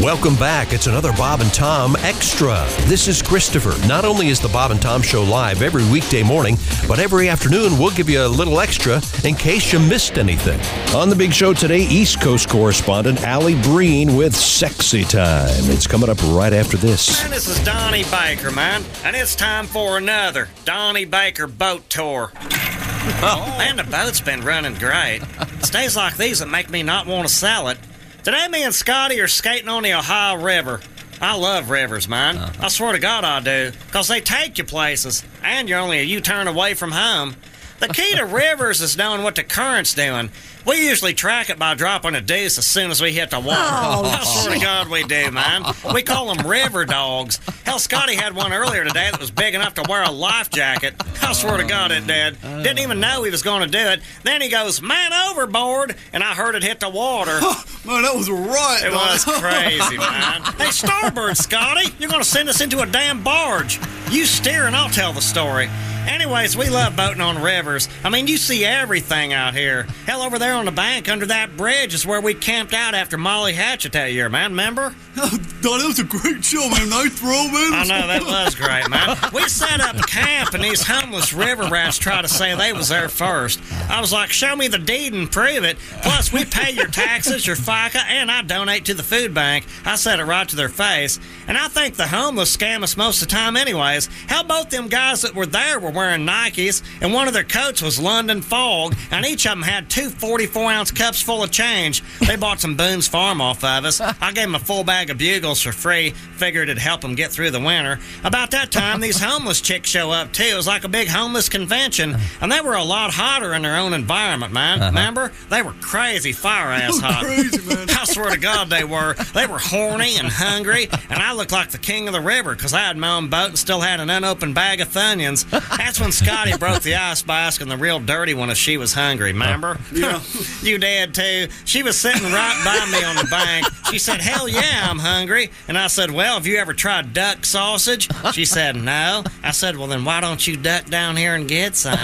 Welcome back. It's another Bob and Tom Extra. This is Christopher. Not only is the Bob and Tom Show live every weekday morning, but every afternoon we'll give you a little extra in case you missed anything. On the big show today, East Coast correspondent Allie Breen with Sexy Time. It's coming up right after this. Man, this is Donnie Baker, man, and it's time for another Donnie Baker boat tour. Oh. Man, the boat's been running great. It's days like these that make me not want to sell it. Today, me and Scotty are skating on the Ohio River. I love rivers, man. I swear to God I do, 'cause they take you places, and you're only a U-turn away from home. The key to rivers is knowing what the current's doing. We usually track it by dropping a deuce as soon as we hit the water. I swear to God we do, man. We call them river dogs. Hell, Scotty had one earlier today that was big enough to wear a life jacket. I swear to God it did. Didn't even know he was going to do it. Then he goes, man, overboard, and I heard it hit the water. Man, that was right. It was crazy, man. Hey, Starboard Scotty, you're going to send us into a damn barge. You steer and I'll tell the story. Anyways, we love boating on rivers. I mean, you see everything out here. Hell, over there on the bank under that bridge is where we camped out after Molly Hatchet that year, man. Remember? Don, that was a great show, man. No throw, man. I know that was great, man. We set up camp, and these homeless river rats tried to say they was there first. I was like, "Show me the deed and prove it." Plus, we pay your taxes, your FICA, and I donate to the food bank. I said it right to their face, and I think the homeless scam us most of the time, anyways. How both them guys that were there were wearing Nikes, and one of their coats was London Fog, and each of them had two 44 ounce cups full of change. They bought some Boone's Farm off of us. I gave them a full bag of bugles for free, figured it'd help them get through the winter. About that time, these homeless chicks show up too. It was like a big homeless convention, and they were a lot hotter in their own environment, man. Remember? They were crazy fire ass hot. Crazy, man. I swear to God, they were. They were horny and hungry, and I looked like the king of the river because I had my own boat and still had an unopened bag of Funyuns. That's when Scotty broke the ice by asking the real dirty one if she was hungry. Remember? Yeah. you did too. She was sitting right by me on the bank. She said, "Hell yeah, I'm hungry," and I said, "Well, have you ever tried duck sausage?" She said, "No." I said, "Well, then why don't you duck down here and get some?"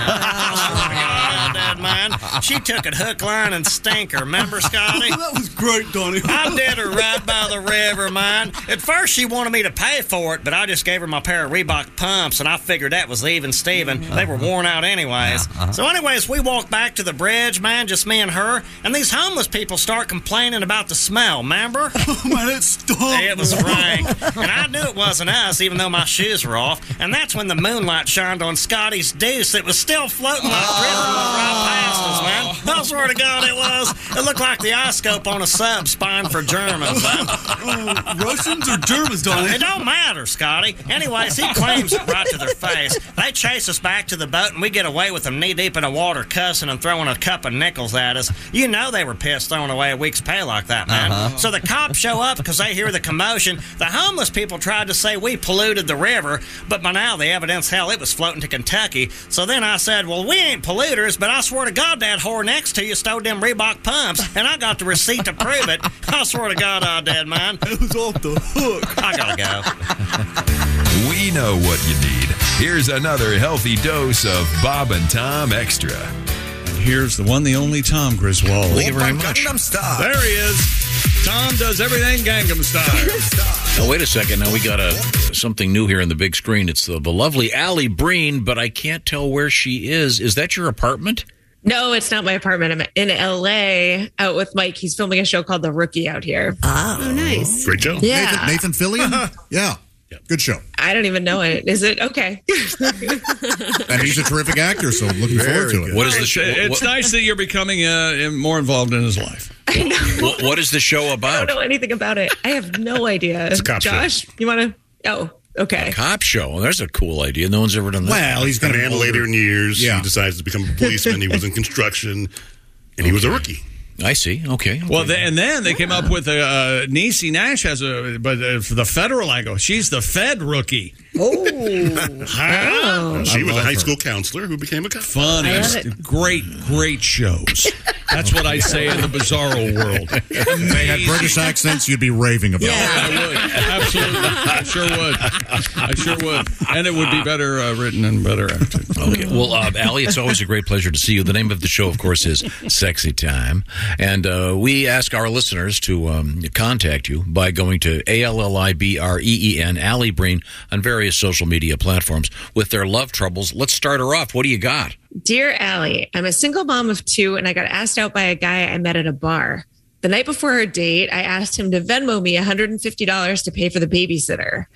I swear to God, Dad, man. She took it hook, line, and stinker. Remember, Scotty? that was great, Donnie. I did her right by the river, man. At first, she wanted me to pay for it, but I just gave her my pair of Reebok pumps, and I figured that was even Steven. They were worn out anyways. So, anyways, we walked back to the bridge, man, just me and her, and these homeless people start complaining about the smell, remember? Oh, man, that stopped. It was rank. And I knew it wasn't us, even though my shoes were off. And that's when the moonlight shined on Scotty's deuce that was still floating like drift right past us, man. I swear to God it was. It looked like the ice scope on a sub spying for Germans, man. Oh, Russians or Germans, Donnie? It don't matter, Scotty. Anyways, he claims it right to their face. They chase us back to the boat, and we get away with them knee deep in the water, cussing and throwing a cup of nickels at us. You know they were pissed throwing away a week's pay like that, man. So the cops show up because they hear the commotion. The homeless people tried to say we polluted the river, but by now the evidence, hell, it was floating to Kentucky. So then I said, well, we ain't polluters, but I swear to God, that whore next to you stole them Reebok pumps, and I got the receipt to prove it. I swear to God, I did, man. It was off the hook. I gotta go. We know what you need. Here's another healthy dose of Bob and Tom Extra. Here's the one, the only Tom Griswold. Thank you very much. There he is. Tom does everything Gangnam Style. Now, wait a second. Now we got a something new here on the big screen. It's the, the lovely Allie Breen, but I can't tell where she is. Is that your apartment? No, it's not my apartment. I'm in LA out with Mike. He's filming a show called The Rookie out here. Oh, nice. Great show. yeah. Nathan Fillion? yeah. Good show. I don't even know it. Is it okay? And he's a terrific actor, so looking forward to it. What is the It's, show? it's what- nice that you're becoming uh, more involved in his life. I know. what- what is the show I about? don't know anything about it. I have no idea. It's a cop show. Josh, you want to? Oh, okay. Cop show. Well, There's a cool idea. No one's ever done that. Well, he's going a to man later in years. Yeah. He decides to become a policeman. he was in construction, and he was a rookie. I see. Okay. Well, they, and then they came up with a uh, Niecy Nash has a, but uh, for the federal angle, she's the Fed rookie. And she was a high school counselor who became a cop. Fun, I and love st- great, great shows. That's what I say in the bizarro world. British accents, you'd be raving about. I would. absolutely. I sure would. I sure would. And it would be better uh, written and better acted. Okay. Well, uh, Allie, it's always a great pleasure to see you. The name of the show, of course, is Sexy Time. And uh, we ask our listeners to um, contact you by going to A-L-L-I-B-R-E-E-N, E Allie Breen, on various social media platforms with their love troubles. Let's start her off. What do you got? Dear Allie, I'm a single mom of two, and I got asked out by a guy I met at a bar. The night before our date, I asked him to Venmo me $150 to pay for the babysitter.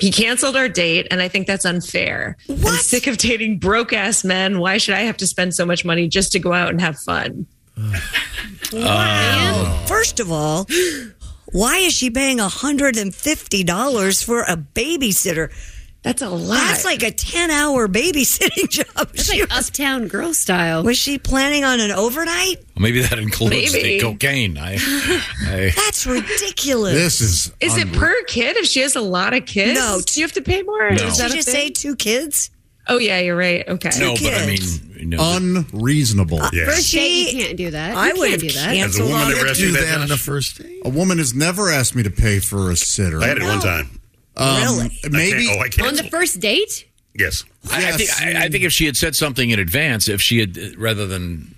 He canceled our date, and I think that's unfair. I'm sick of dating broke ass men. Why should I have to spend so much money just to go out and have fun? First of all, why is she paying $150 for a babysitter? That's a lot. That's like a 10 hour babysitting job. It's She- like uptown girl style. was she planning on an overnight? Maybe that includes Maybe. the cocaine. I, I, That's ridiculous. This is. is it unreal. per kid if she has a lot of kids? No. Do you have to pay more? No. Is Did that she a just thing? say two kids? Oh, yeah, you're right. Okay. no, but I mean, kids. you know, unreasonable? Yes. First date, She- you can't do that. I You would can't have do that. As a canceled woman on that it. rescued do that, that on Josh? the first date. A woman has never asked me to pay for a sitter. I had it one time. Really? Maybe. Maybe. I can't. On the first date? yes. I, I think, I, I think if she had said something in advance, if she had rather than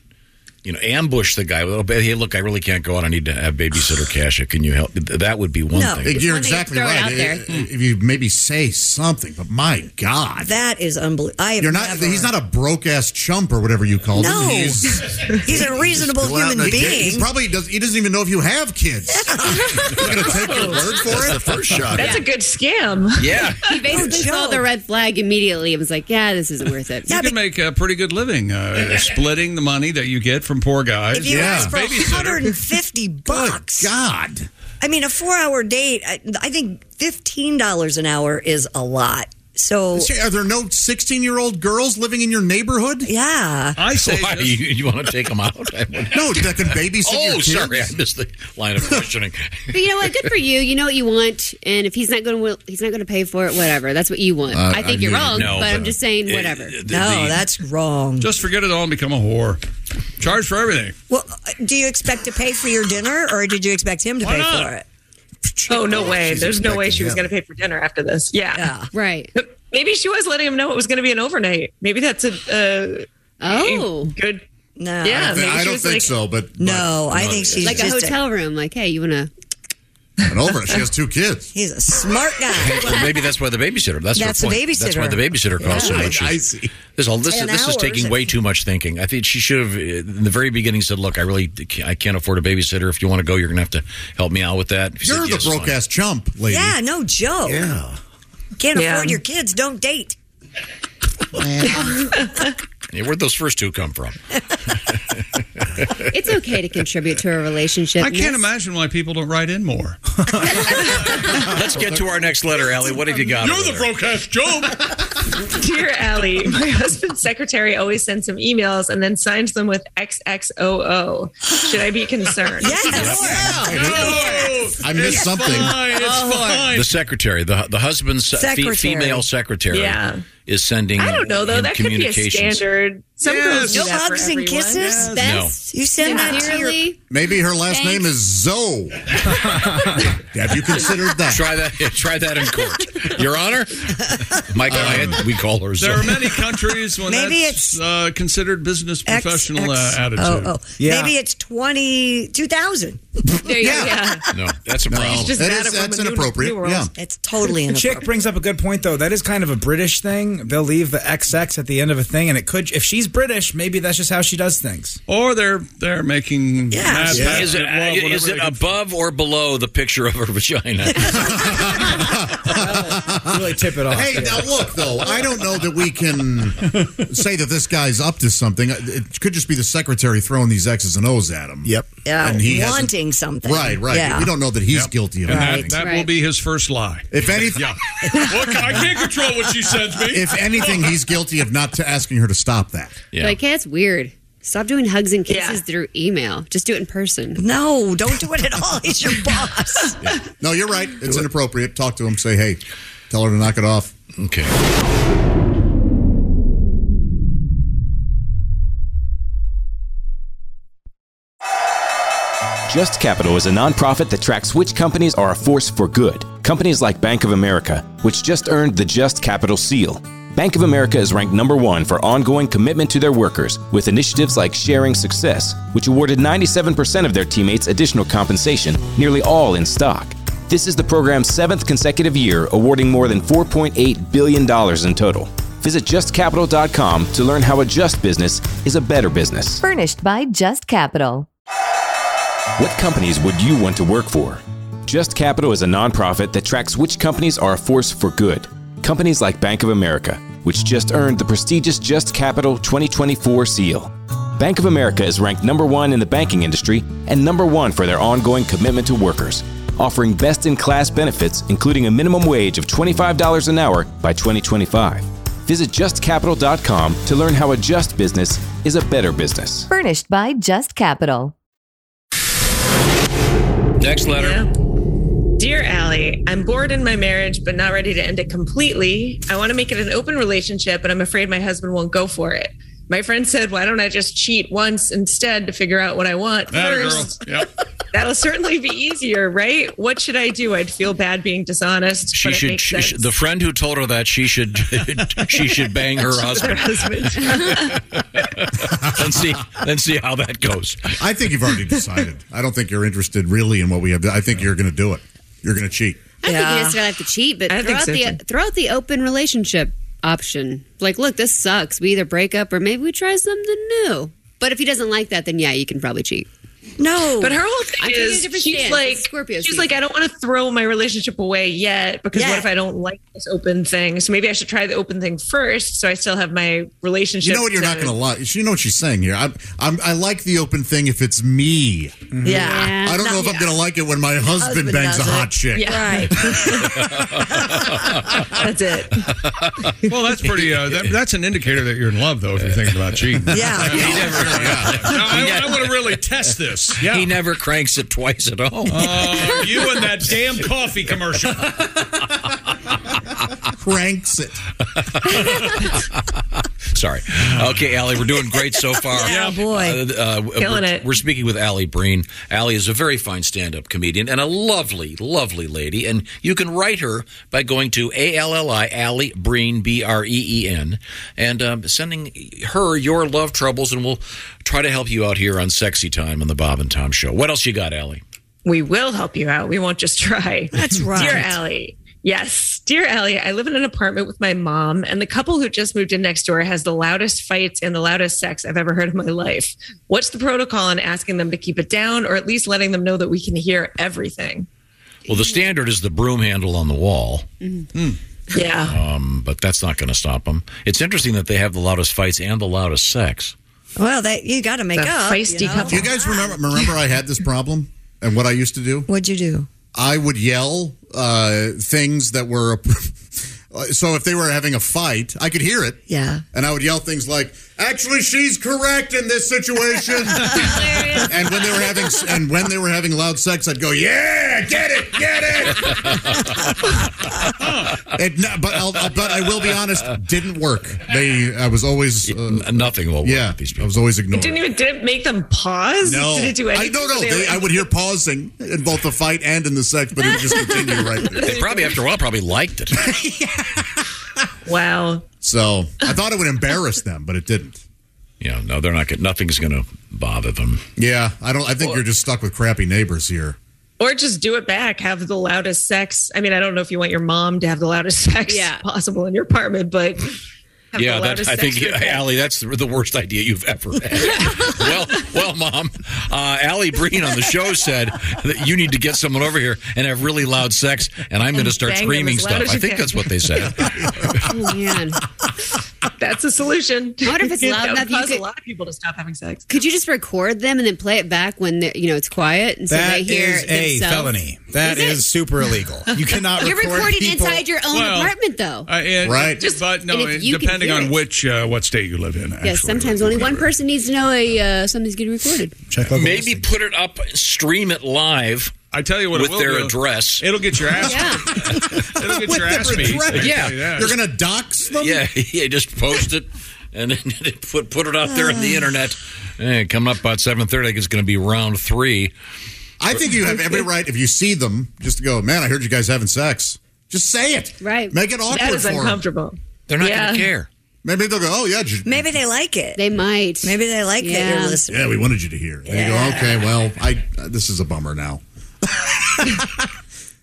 you know ambush the guy, well, hey, look, I really can't go out. I need to have babysitter Kasha. Can you help? That would be one No. thing. You're Just wanted to exactly throw it right. out there. If- If you maybe say something, but my God. That is unbelievable. I have You're not. Never, He's not a broke ass chump or whatever you call No. him. He's, He's a reasonable Go out human on a date. he being. probably does. He doesn't even know if you have kids. He's gonna take your word for That's it. the first shot. That's a good scam. yeah, He basically saw joke. the red flag immediately and was like, yeah, this isn't worth it. You can make a pretty good living uh, splitting the money that you get from poor guys. If you Yeah. ask for Babysitter. 150 bucks, God. I mean, a four hour date, I, I think $15 an hour is a lot. So, Say, Are there no 16 year old girls living in your neighborhood? yeah. I say Why, just- you, you want to take them out? I would- No, that can babysit your oh, kids. sorry, I missed the line of questioning. But you know what? Good for you. You know what you want, and if he's not going to, he's not going to pay for it. Whatever. That's what you want. I think you're Oh, wrong, no, but, I'm but- just saying whatever. The- No, the- that's wrong. just forget it all and become a whore. Charge for everything. Well, do you expect to pay for your dinner or did you expect him to pay not? for it? Oh, no way. There's no way she was him. going to pay for dinner after this. Yeah. Yeah. right. But Maybe she was letting him know it was going to be an overnight. Maybe that's a, uh, Oh, good. No. I Yeah. don't maybe she think was like, so, but No, I think she's like a just hotel room. Like, hey, you want to? but over. it. She has two kids. he's a smart guy. Well, maybe that's why the babysitter. That's, her That's the point. That's why babysitter. the babysitter costs so much. I see. This, all, this, Ten this is taking hours. way too much thinking. I think she should have, uh, in the very beginning, said, "Look, I really, can't- I can't afford a babysitter. If you want to go, you're going to have to help me out with that." If you You're said, "Yes, the broke fine." ass chump, lady. yeah, no joke. Yeah. Can't Yeah. afford your kids. Don't date. Yeah, where'd those first two come from? It's okay to contribute to a relationship. I can't That's- imagine why people don't write in more. Let's get to our next letter, Allie. What have you got? over there? broke ass chump. Dear Allie, my husband's secretary always sends him emails and then signs them with XXOO. Should I be concerned? Yes. I missed something. It's Oh. fine. The secretary, the the husband's se- fe- Secretary. female secretary, Yeah. is sending. I don't know, though. him That could be a communications. standard. Some girls do No that for hugs and everyone. kisses. Best. You send that to your Sincerely, Maybe her last name is Zoe. Have you considered that? Try that. yeah, try that in court, Your Honor. My client, we call her. There are Zoe. many countries when Maybe that's uh, considered business professional uh, attitude. Oh, oh. Yeah. Maybe it's 20, 2000. There you go. Yeah. No, that's a problem. just Um, That mad is- at that's women who- inappropriate. who are Yeah. all- It's totally Chick inappropriate. brings up a good point, though. That is kind of a British thing. They'll leave the XX at the end of a thing, and it could, if she's British, maybe that's just how she does things. Or they're they're making Yeah. mad Yeah. basket Is it, uh, love, whatever is it they can- above or below the picture of her vagina? Really tip it off. Hey, now look though. I don't know that we can say that this guy's up to something. It could just be the secretary throwing these X's and O's at him. Yep. Yeah, And he hasn't- wanting something. Right, right. Yeah. We don't know that he's guilty of And that, anything. that will Right. be his first lie. If anything, Look, I can't control what she sends me. if anything, he's guilty of not to asking her to stop that. Yeah. like, hey, that's weird. Stop doing hugs and kisses Yeah. through email. Just do it in person. No, don't do it at all. He's your boss. No, you're right. It's inappropriate. Talk to him. Say, hey, tell her to knock it off. Okay. Just Capital is a nonprofit that tracks which companies are a force for good. Companies like Bank of America, which just earned the Just Capital Seal. Bank of America is ranked number one for ongoing commitment to their workers with initiatives like Sharing Success, which awarded 97% of their teammates additional compensation, nearly all in stock. This is the program's seventh consecutive year, awarding more than $4.8 billion in total. Visit justcapital.com to learn how a just business is a better business. Furnished by Just Capital. What companies would you want to work for? Just Capital is a nonprofit that tracks which companies are a force for good. Companies like Bank of America, which just earned the prestigious Just Capital 2024 seal. Bank of America is ranked number one in the banking industry and number one for their ongoing commitment to workers, offering best in class benefits, including a minimum wage of $25 an hour by 2025. Visit justcapital.com to learn how a just business is a better business. Furnished by Just Capital. Next letter. Dear Allie, I'm bored in my marriage, but not ready to end it completely. I want to make it an open relationship, but I'm afraid my husband won't go for it. My friend said, Why don't I just cheat once instead to figure out what I want first? That'll certainly be easier, right? What should I do? I'd feel bad being dishonest. She but it should. makes She, sense. should- the friend who told her that she should she should bang her husband. and see and see how that goes. I think you've already decided. I don't think you're interested really in what we have. I think you're going to do it. You're going to cheat. I don't think you necessarily have to cheat, but I throw think out so, the too. throw out the open relationship option. Like, look, this sucks. We either break up or maybe we try something new. But if he doesn't like that, then yeah, you can probably cheat. No, But her whole thing I'm taking a is different she's stance. like It's Scorpio she's season. like I don't want to throw my relationship away yet because what if I don't like this open thing? So maybe I should try the open thing first, so I still have my relationship. You know what? You're not going to lie. You know what she's saying here. I'm, I'm, I like the open thing if it's me. Yeah. I don't know if I'm going to like it when my husband, Husband bangs a does hot it. chick. Yeah. Right. That's it. well, that's pretty. Uh, that, that's an indicator that you're in love, though, if you're thinking about cheating. Yeah. I, I want to really test this. Yeah. He never cranks it twice at all. Uh, you and that damn coffee commercial. Cranks it. Sorry. Okay, Allie, we're doing great so far. Yeah, Oh, boy. Uh, uh, Killing we're, it. We're speaking with Allie Breen. Allie is a very fine stand up comedian and a lovely, lovely lady. And you can write her by going to A L L I, Allie Breen, B R E E N, and um, sending her your love troubles. And we'll try to help you out here on Sexy Time on the Bob and Tom Show. What else you got, Allie? We will help you out. We won't just try. That's right. Dear Allie. Yes. Dear Allie, I live in an apartment with my mom, and the couple who just moved in next door has the loudest fights and the loudest sex I've ever heard in my life. What's the protocol on asking them to keep it down or at least letting them know that we can hear everything? Well, the standard is the broom handle on the wall. Yeah. Mm-hmm. Um, but that's not going to stop them. It's interesting that they have the loudest fights and the loudest sex. Well, that you got to make The up. feisty you know? Do you guys remember? Remember, I had this problem, and what I used to do. What'd you do? I would yell uh, things that were. So if they were having a fight, I could hear it, Yeah. and I would yell things like, "Actually, she's correct in this situation." and when they were having and when they were having loud sex, I'd go, "Yeah, get it, get it." It- no, but I'll, I'll- but I will be honest, didn't work. They I was always uh, nothing will work. Yeah, I was always It ignored. didn't even did it make them pause? No, Did it do I anything? don't know. They They, were- I would hear pausing in both the fight and in the sex, but it would just continue right there. They probably, after a while, probably liked it. Wow. So I thought it would embarrass them, but it didn't. Yeah, no, they're not. Gonna, nothing's going to bother them. Yeah, I don't. I think you're just stuck with crappy neighbors here. Or just do it back. Have the loudest sex. I mean, I don't know if you want your mom to have the loudest sex possible in your apartment, but have yeah, the that, loudest I think, sex with- Allie, that's the, the worst idea you've ever had. well, well, Mom, uh, Allie Breen on the show said that you need to get someone over here and have really loud sex, and I'm And going to start bang them screaming as loud stuff. as I you think can. that's what they said. Oh, man. That's a solution. I wonder if it's That loud would enough you Cause could- a lot of people to stop having sex. Could you just record them and then play it back when they're- you know it's quiet and so That they hear is a themselves? felony. That Is it? is, super illegal. You cannot You're record recording people. inside your own Well, apartment though. Uh, it- Right. but no, and if it- you can depending hear on it. which uh, what state you live in. yes, sometimes only one person needs to know a uh, something's getting recorded. Maybe put it up, stream it live. I tell you what, it with will their do. address, it'll get your ass. Yeah. It'll get your ass beat. I can tell you that. You're gonna dox them. Yeah, yeah, just post it and then put put it out there on the internet. Eh, coming up about seven thirty, it's going to be round three. I think you have every right if you see them just to go, man. I heard you guys having sex. Just say it. Right. Make it awkward for 'em. They're not gonna Yeah. care. Maybe they'll go, oh yeah, j- Maybe they like it. They might. Maybe they like that you're Yeah. listening. yeah, we wanted you to hear. And you go, okay, well, I uh, this is a bummer now.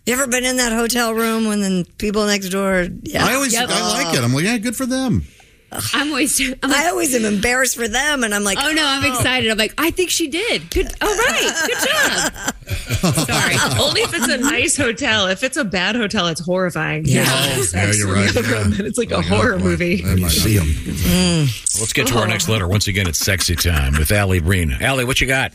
You ever been in that hotel room when the people next door? Yeah. I always I like it. I'm like, yeah, good for them. I'm always. I'm I always am embarrassed for them, and I'm like, oh no, I'm excited. I'm like, I think she did. Good. All right. Good job. Sorry. Only if it's a nice hotel. If it's a bad hotel, it's horrifying. Yeah. Oh, Yeah, you're right. It's like a horror movie. see them. Let's get to our next letter. Once again, it's sexy time with Allie Breen. Allie, what you got?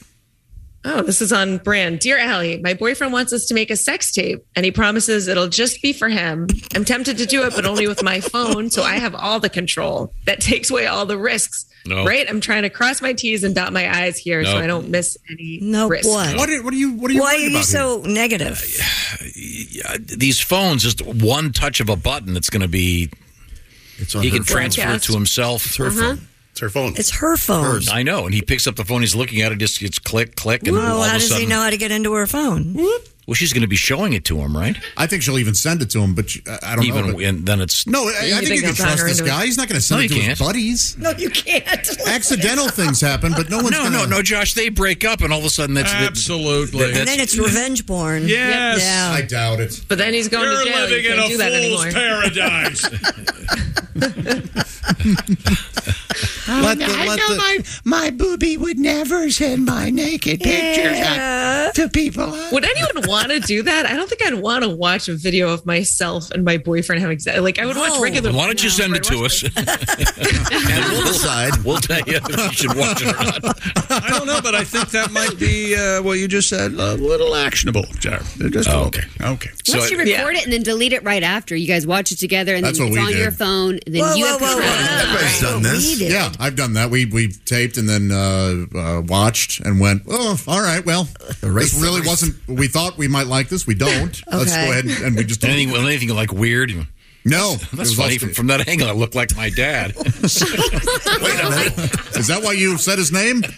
Oh, this is on brand. Dear Allie, my boyfriend wants us to make a sex tape and he promises it'll just be for him. I'm tempted to do it, but only with my phone. So I have all the control. That takes away all the risks. No. Right? I'm trying to cross my T's and dot my I's here No. so I don't miss any no risk. what? What are, what are you? What are you? Why are worried you about so negative? These phones, just one touch of a button, it's going to be. It's on he can transfer it to himself. It's her Uh-huh. phone. It's her phone. It's her phone. I know. And he picks up the phone. He's looking at it. Just it's click, click, and Whoa, all Oh, how of a does sudden. he know how to get into her phone? Well, she's going to be showing it to him, right? I think she'll even send it to him, but she, I I don't even, know. but- and then it's no, I, I think you can trust this guy. He's not going to send No, it to you his can't. buddies. No, you can't. Accidental things happen, but no one's No, gonna, no, no, Josh. They break up, and all of a sudden, that's absolutely. and then it's revenge porn. Yes. Yeah. I doubt it. But then he's going You're to jail. You living in can't do a that anymore. fool's paradise. Let the- let the- my booby would never send my naked pictures out to people. Would anyone want to do that? I don't think I'd want to watch a video of myself and my boyfriend having sex. Like I would watch No. regular. Why don't you send it to us? and we'll decide. We'll tell you if you should watch it or not. I don't know, but I think that might be uh, what you just said. A little actionable, Jar. Just a Oh, little- okay. Okay. Unless you record it and then delete it right after. You guys watch it together and That's then what it's on we your did. phone. And then Whoa, you whoa, have whoa, control. Everybody's done this. did. Yeah, I've done that. We we taped and then uh, uh, watched and went. Oh, all right. Well, this really wasn't. We thought we might like this. We don't. Let's go Okay. ahead and, and we just anything, well, anything like weird. you- No, it that's was funny. all- From, from that angle, I look like my dad. Is that why you said his name? Did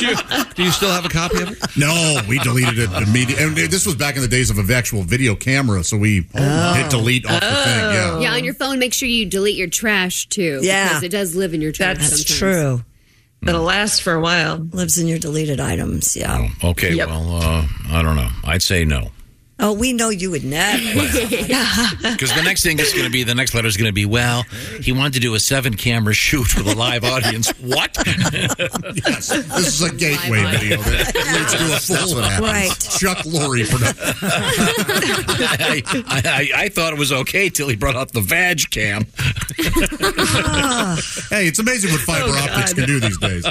you? Do you still have a copy of it? No, we deleted it immediately. And this was back in the days of an actual video camera, so we Oh. hit delete off the thing. Yeah. on your phone, make sure you delete your trash too. Yeah. Because it does live in your trash. That's sometimes. true. That'll last for a while. Lives in your deleted items. Yeah. Okay, well, uh, I don't know. I'd say no. Oh, we know you would never. Because the next thing is going to be the next letter is going to be well, he wanted to do a seven camera shoot with a live audience. What? Yes, this is a gateway video that leads to a That's full what happens. right. Chuck Lorre production. I, I, I thought it was okay till he brought up the vag cam. hey, it's amazing what fiber Oh, optics God. can do these days.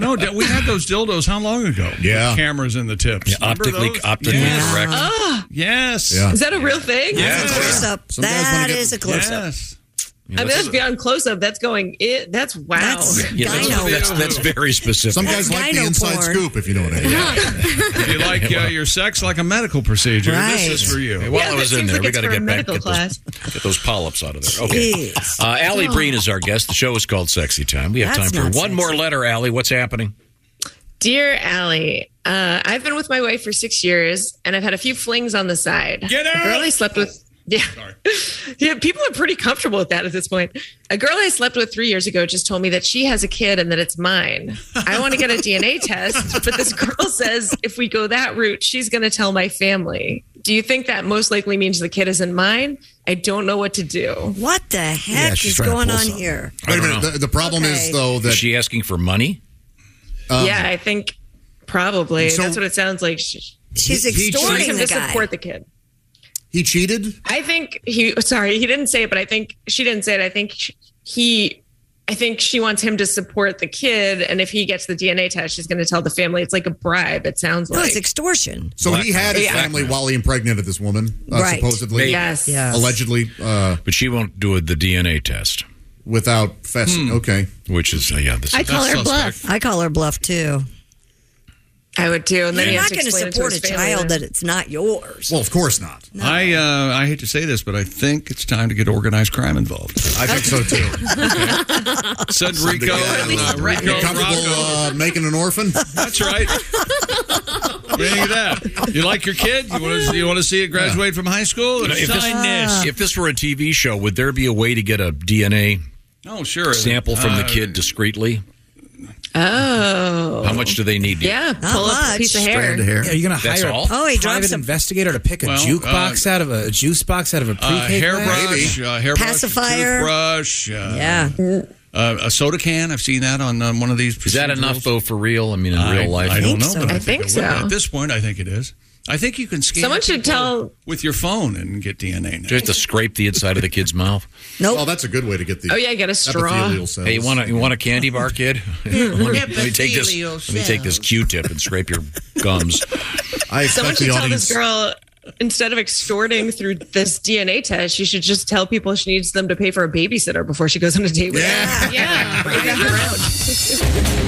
No, d- we had those dildos how long ago? Yeah. With cameras in the tips. Yeah, Remember optically- those? optically correct. Ah. Yes. Yeah. Is that a real thing? Yeah. That's a close-up. Some guys wanna That get- is a close-up. Yes. I mean, that's beyond close up. That's going. It. That's wow. Yeah, that's, that's, that's very specific. Some guys like the inside scoop, if you know what I mean. If you like uh, your sex like a medical procedure, Right. this is for you. Hey, while Yeah, I that was in seems there, like we it's gotta for a get back- medical get this- class. Get those polyps out of there. Okay. Jeez. Uh, Allie Oh. Breen is our guest. The show is called Sexy Time. We have That's time not for one sexy. more letter, Allie. What's happening? Dear Allie, uh, I've been with my wife for six years, and I've had a few flings on the side. Get out! A girl I slept with. Yeah. yeah, people are pretty comfortable with that at this point. A girl I slept with three years ago just told me that she has a kid and that it's mine. I want to get a DNA test, but this girl says if we go that route, she's going to tell my family. Do you think that most likely means the kid isn't mine? I don't know what to do. What the heck she's is trying to going pull on something. here? Wait a minute, the- the problem is, Okay. though, that- is she asking for money? yeah, I think probably. So- That's what it sounds like. She, She's she wants extorting him the to guy. support the kid. He cheated? I think he. Sorry, he didn't say it, but I think she didn't say it. I think sh- he. I think she wants him to support the kid, and if he gets the DNA test, she's going to tell the family. It's like a bribe. It sounds No, like. Oh, it's extortion. So he had his Yeah. family while he impregnated this woman, uh, Right. supposedly. Yes. Yes. Allegedly. Uh, But she won't do the DNA test. Without fessing. Okay. Which is, uh, yeah, this I call her bluff. I call her bluff too. I would too. And then You're he has not to going to explain it support a his family child later. that it's not yours. Well, of course not. I uh, I hate to say this, but I think it's time to get organized crime involved. I think so too. Said Rico. and, uh, Rico you comfortable Rocco. uh, making an orphan? That's right. Any of that? You like your kid? You want to you want to see it graduate from high school? You know, if, Ah. Sign this, if this were a TV show, would there be a way to get a DNA Oh, sure. sample from the Uh, kid discreetly? Oh. How much do they need? Yeah, pull up a piece of hair. Yeah, are you going to That's hire all? a Oh, private investigator to pick a Well, jukebox out of a, a juice box out of a pre uh, cake hairbrush, uh, hairbrush, a Pacifier. toothbrush, uh, Yeah. uh, a soda can. I've seen that on um, one of these. Is that enough though for real? I mean, in real life? I, I don't think know. so. but I think it would. so. At this point, I think it is. I think you can scan. Someone should people tell- with your phone and get DNA. Now. Just to scrape the inside of the kid's mouth. No, well, that's a good way to get the. Oh, yeah, get a straw. Hey, you want a, you want a candy bar, kid? let, me take this. Epithelial Let me take this Q-tip and scrape your gums. I Someone should tell this girl instead of extorting through this DNA test, she should just tell people she needs them to pay for a babysitter before she goes on a date with them.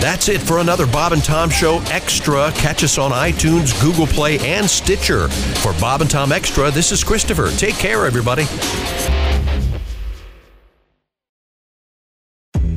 That's it for another Bob and Tom Show Extra. Catch us on iTunes, Google Play, and Stitcher. For Bob and Tom Extra, this is Christopher. Take care, everybody.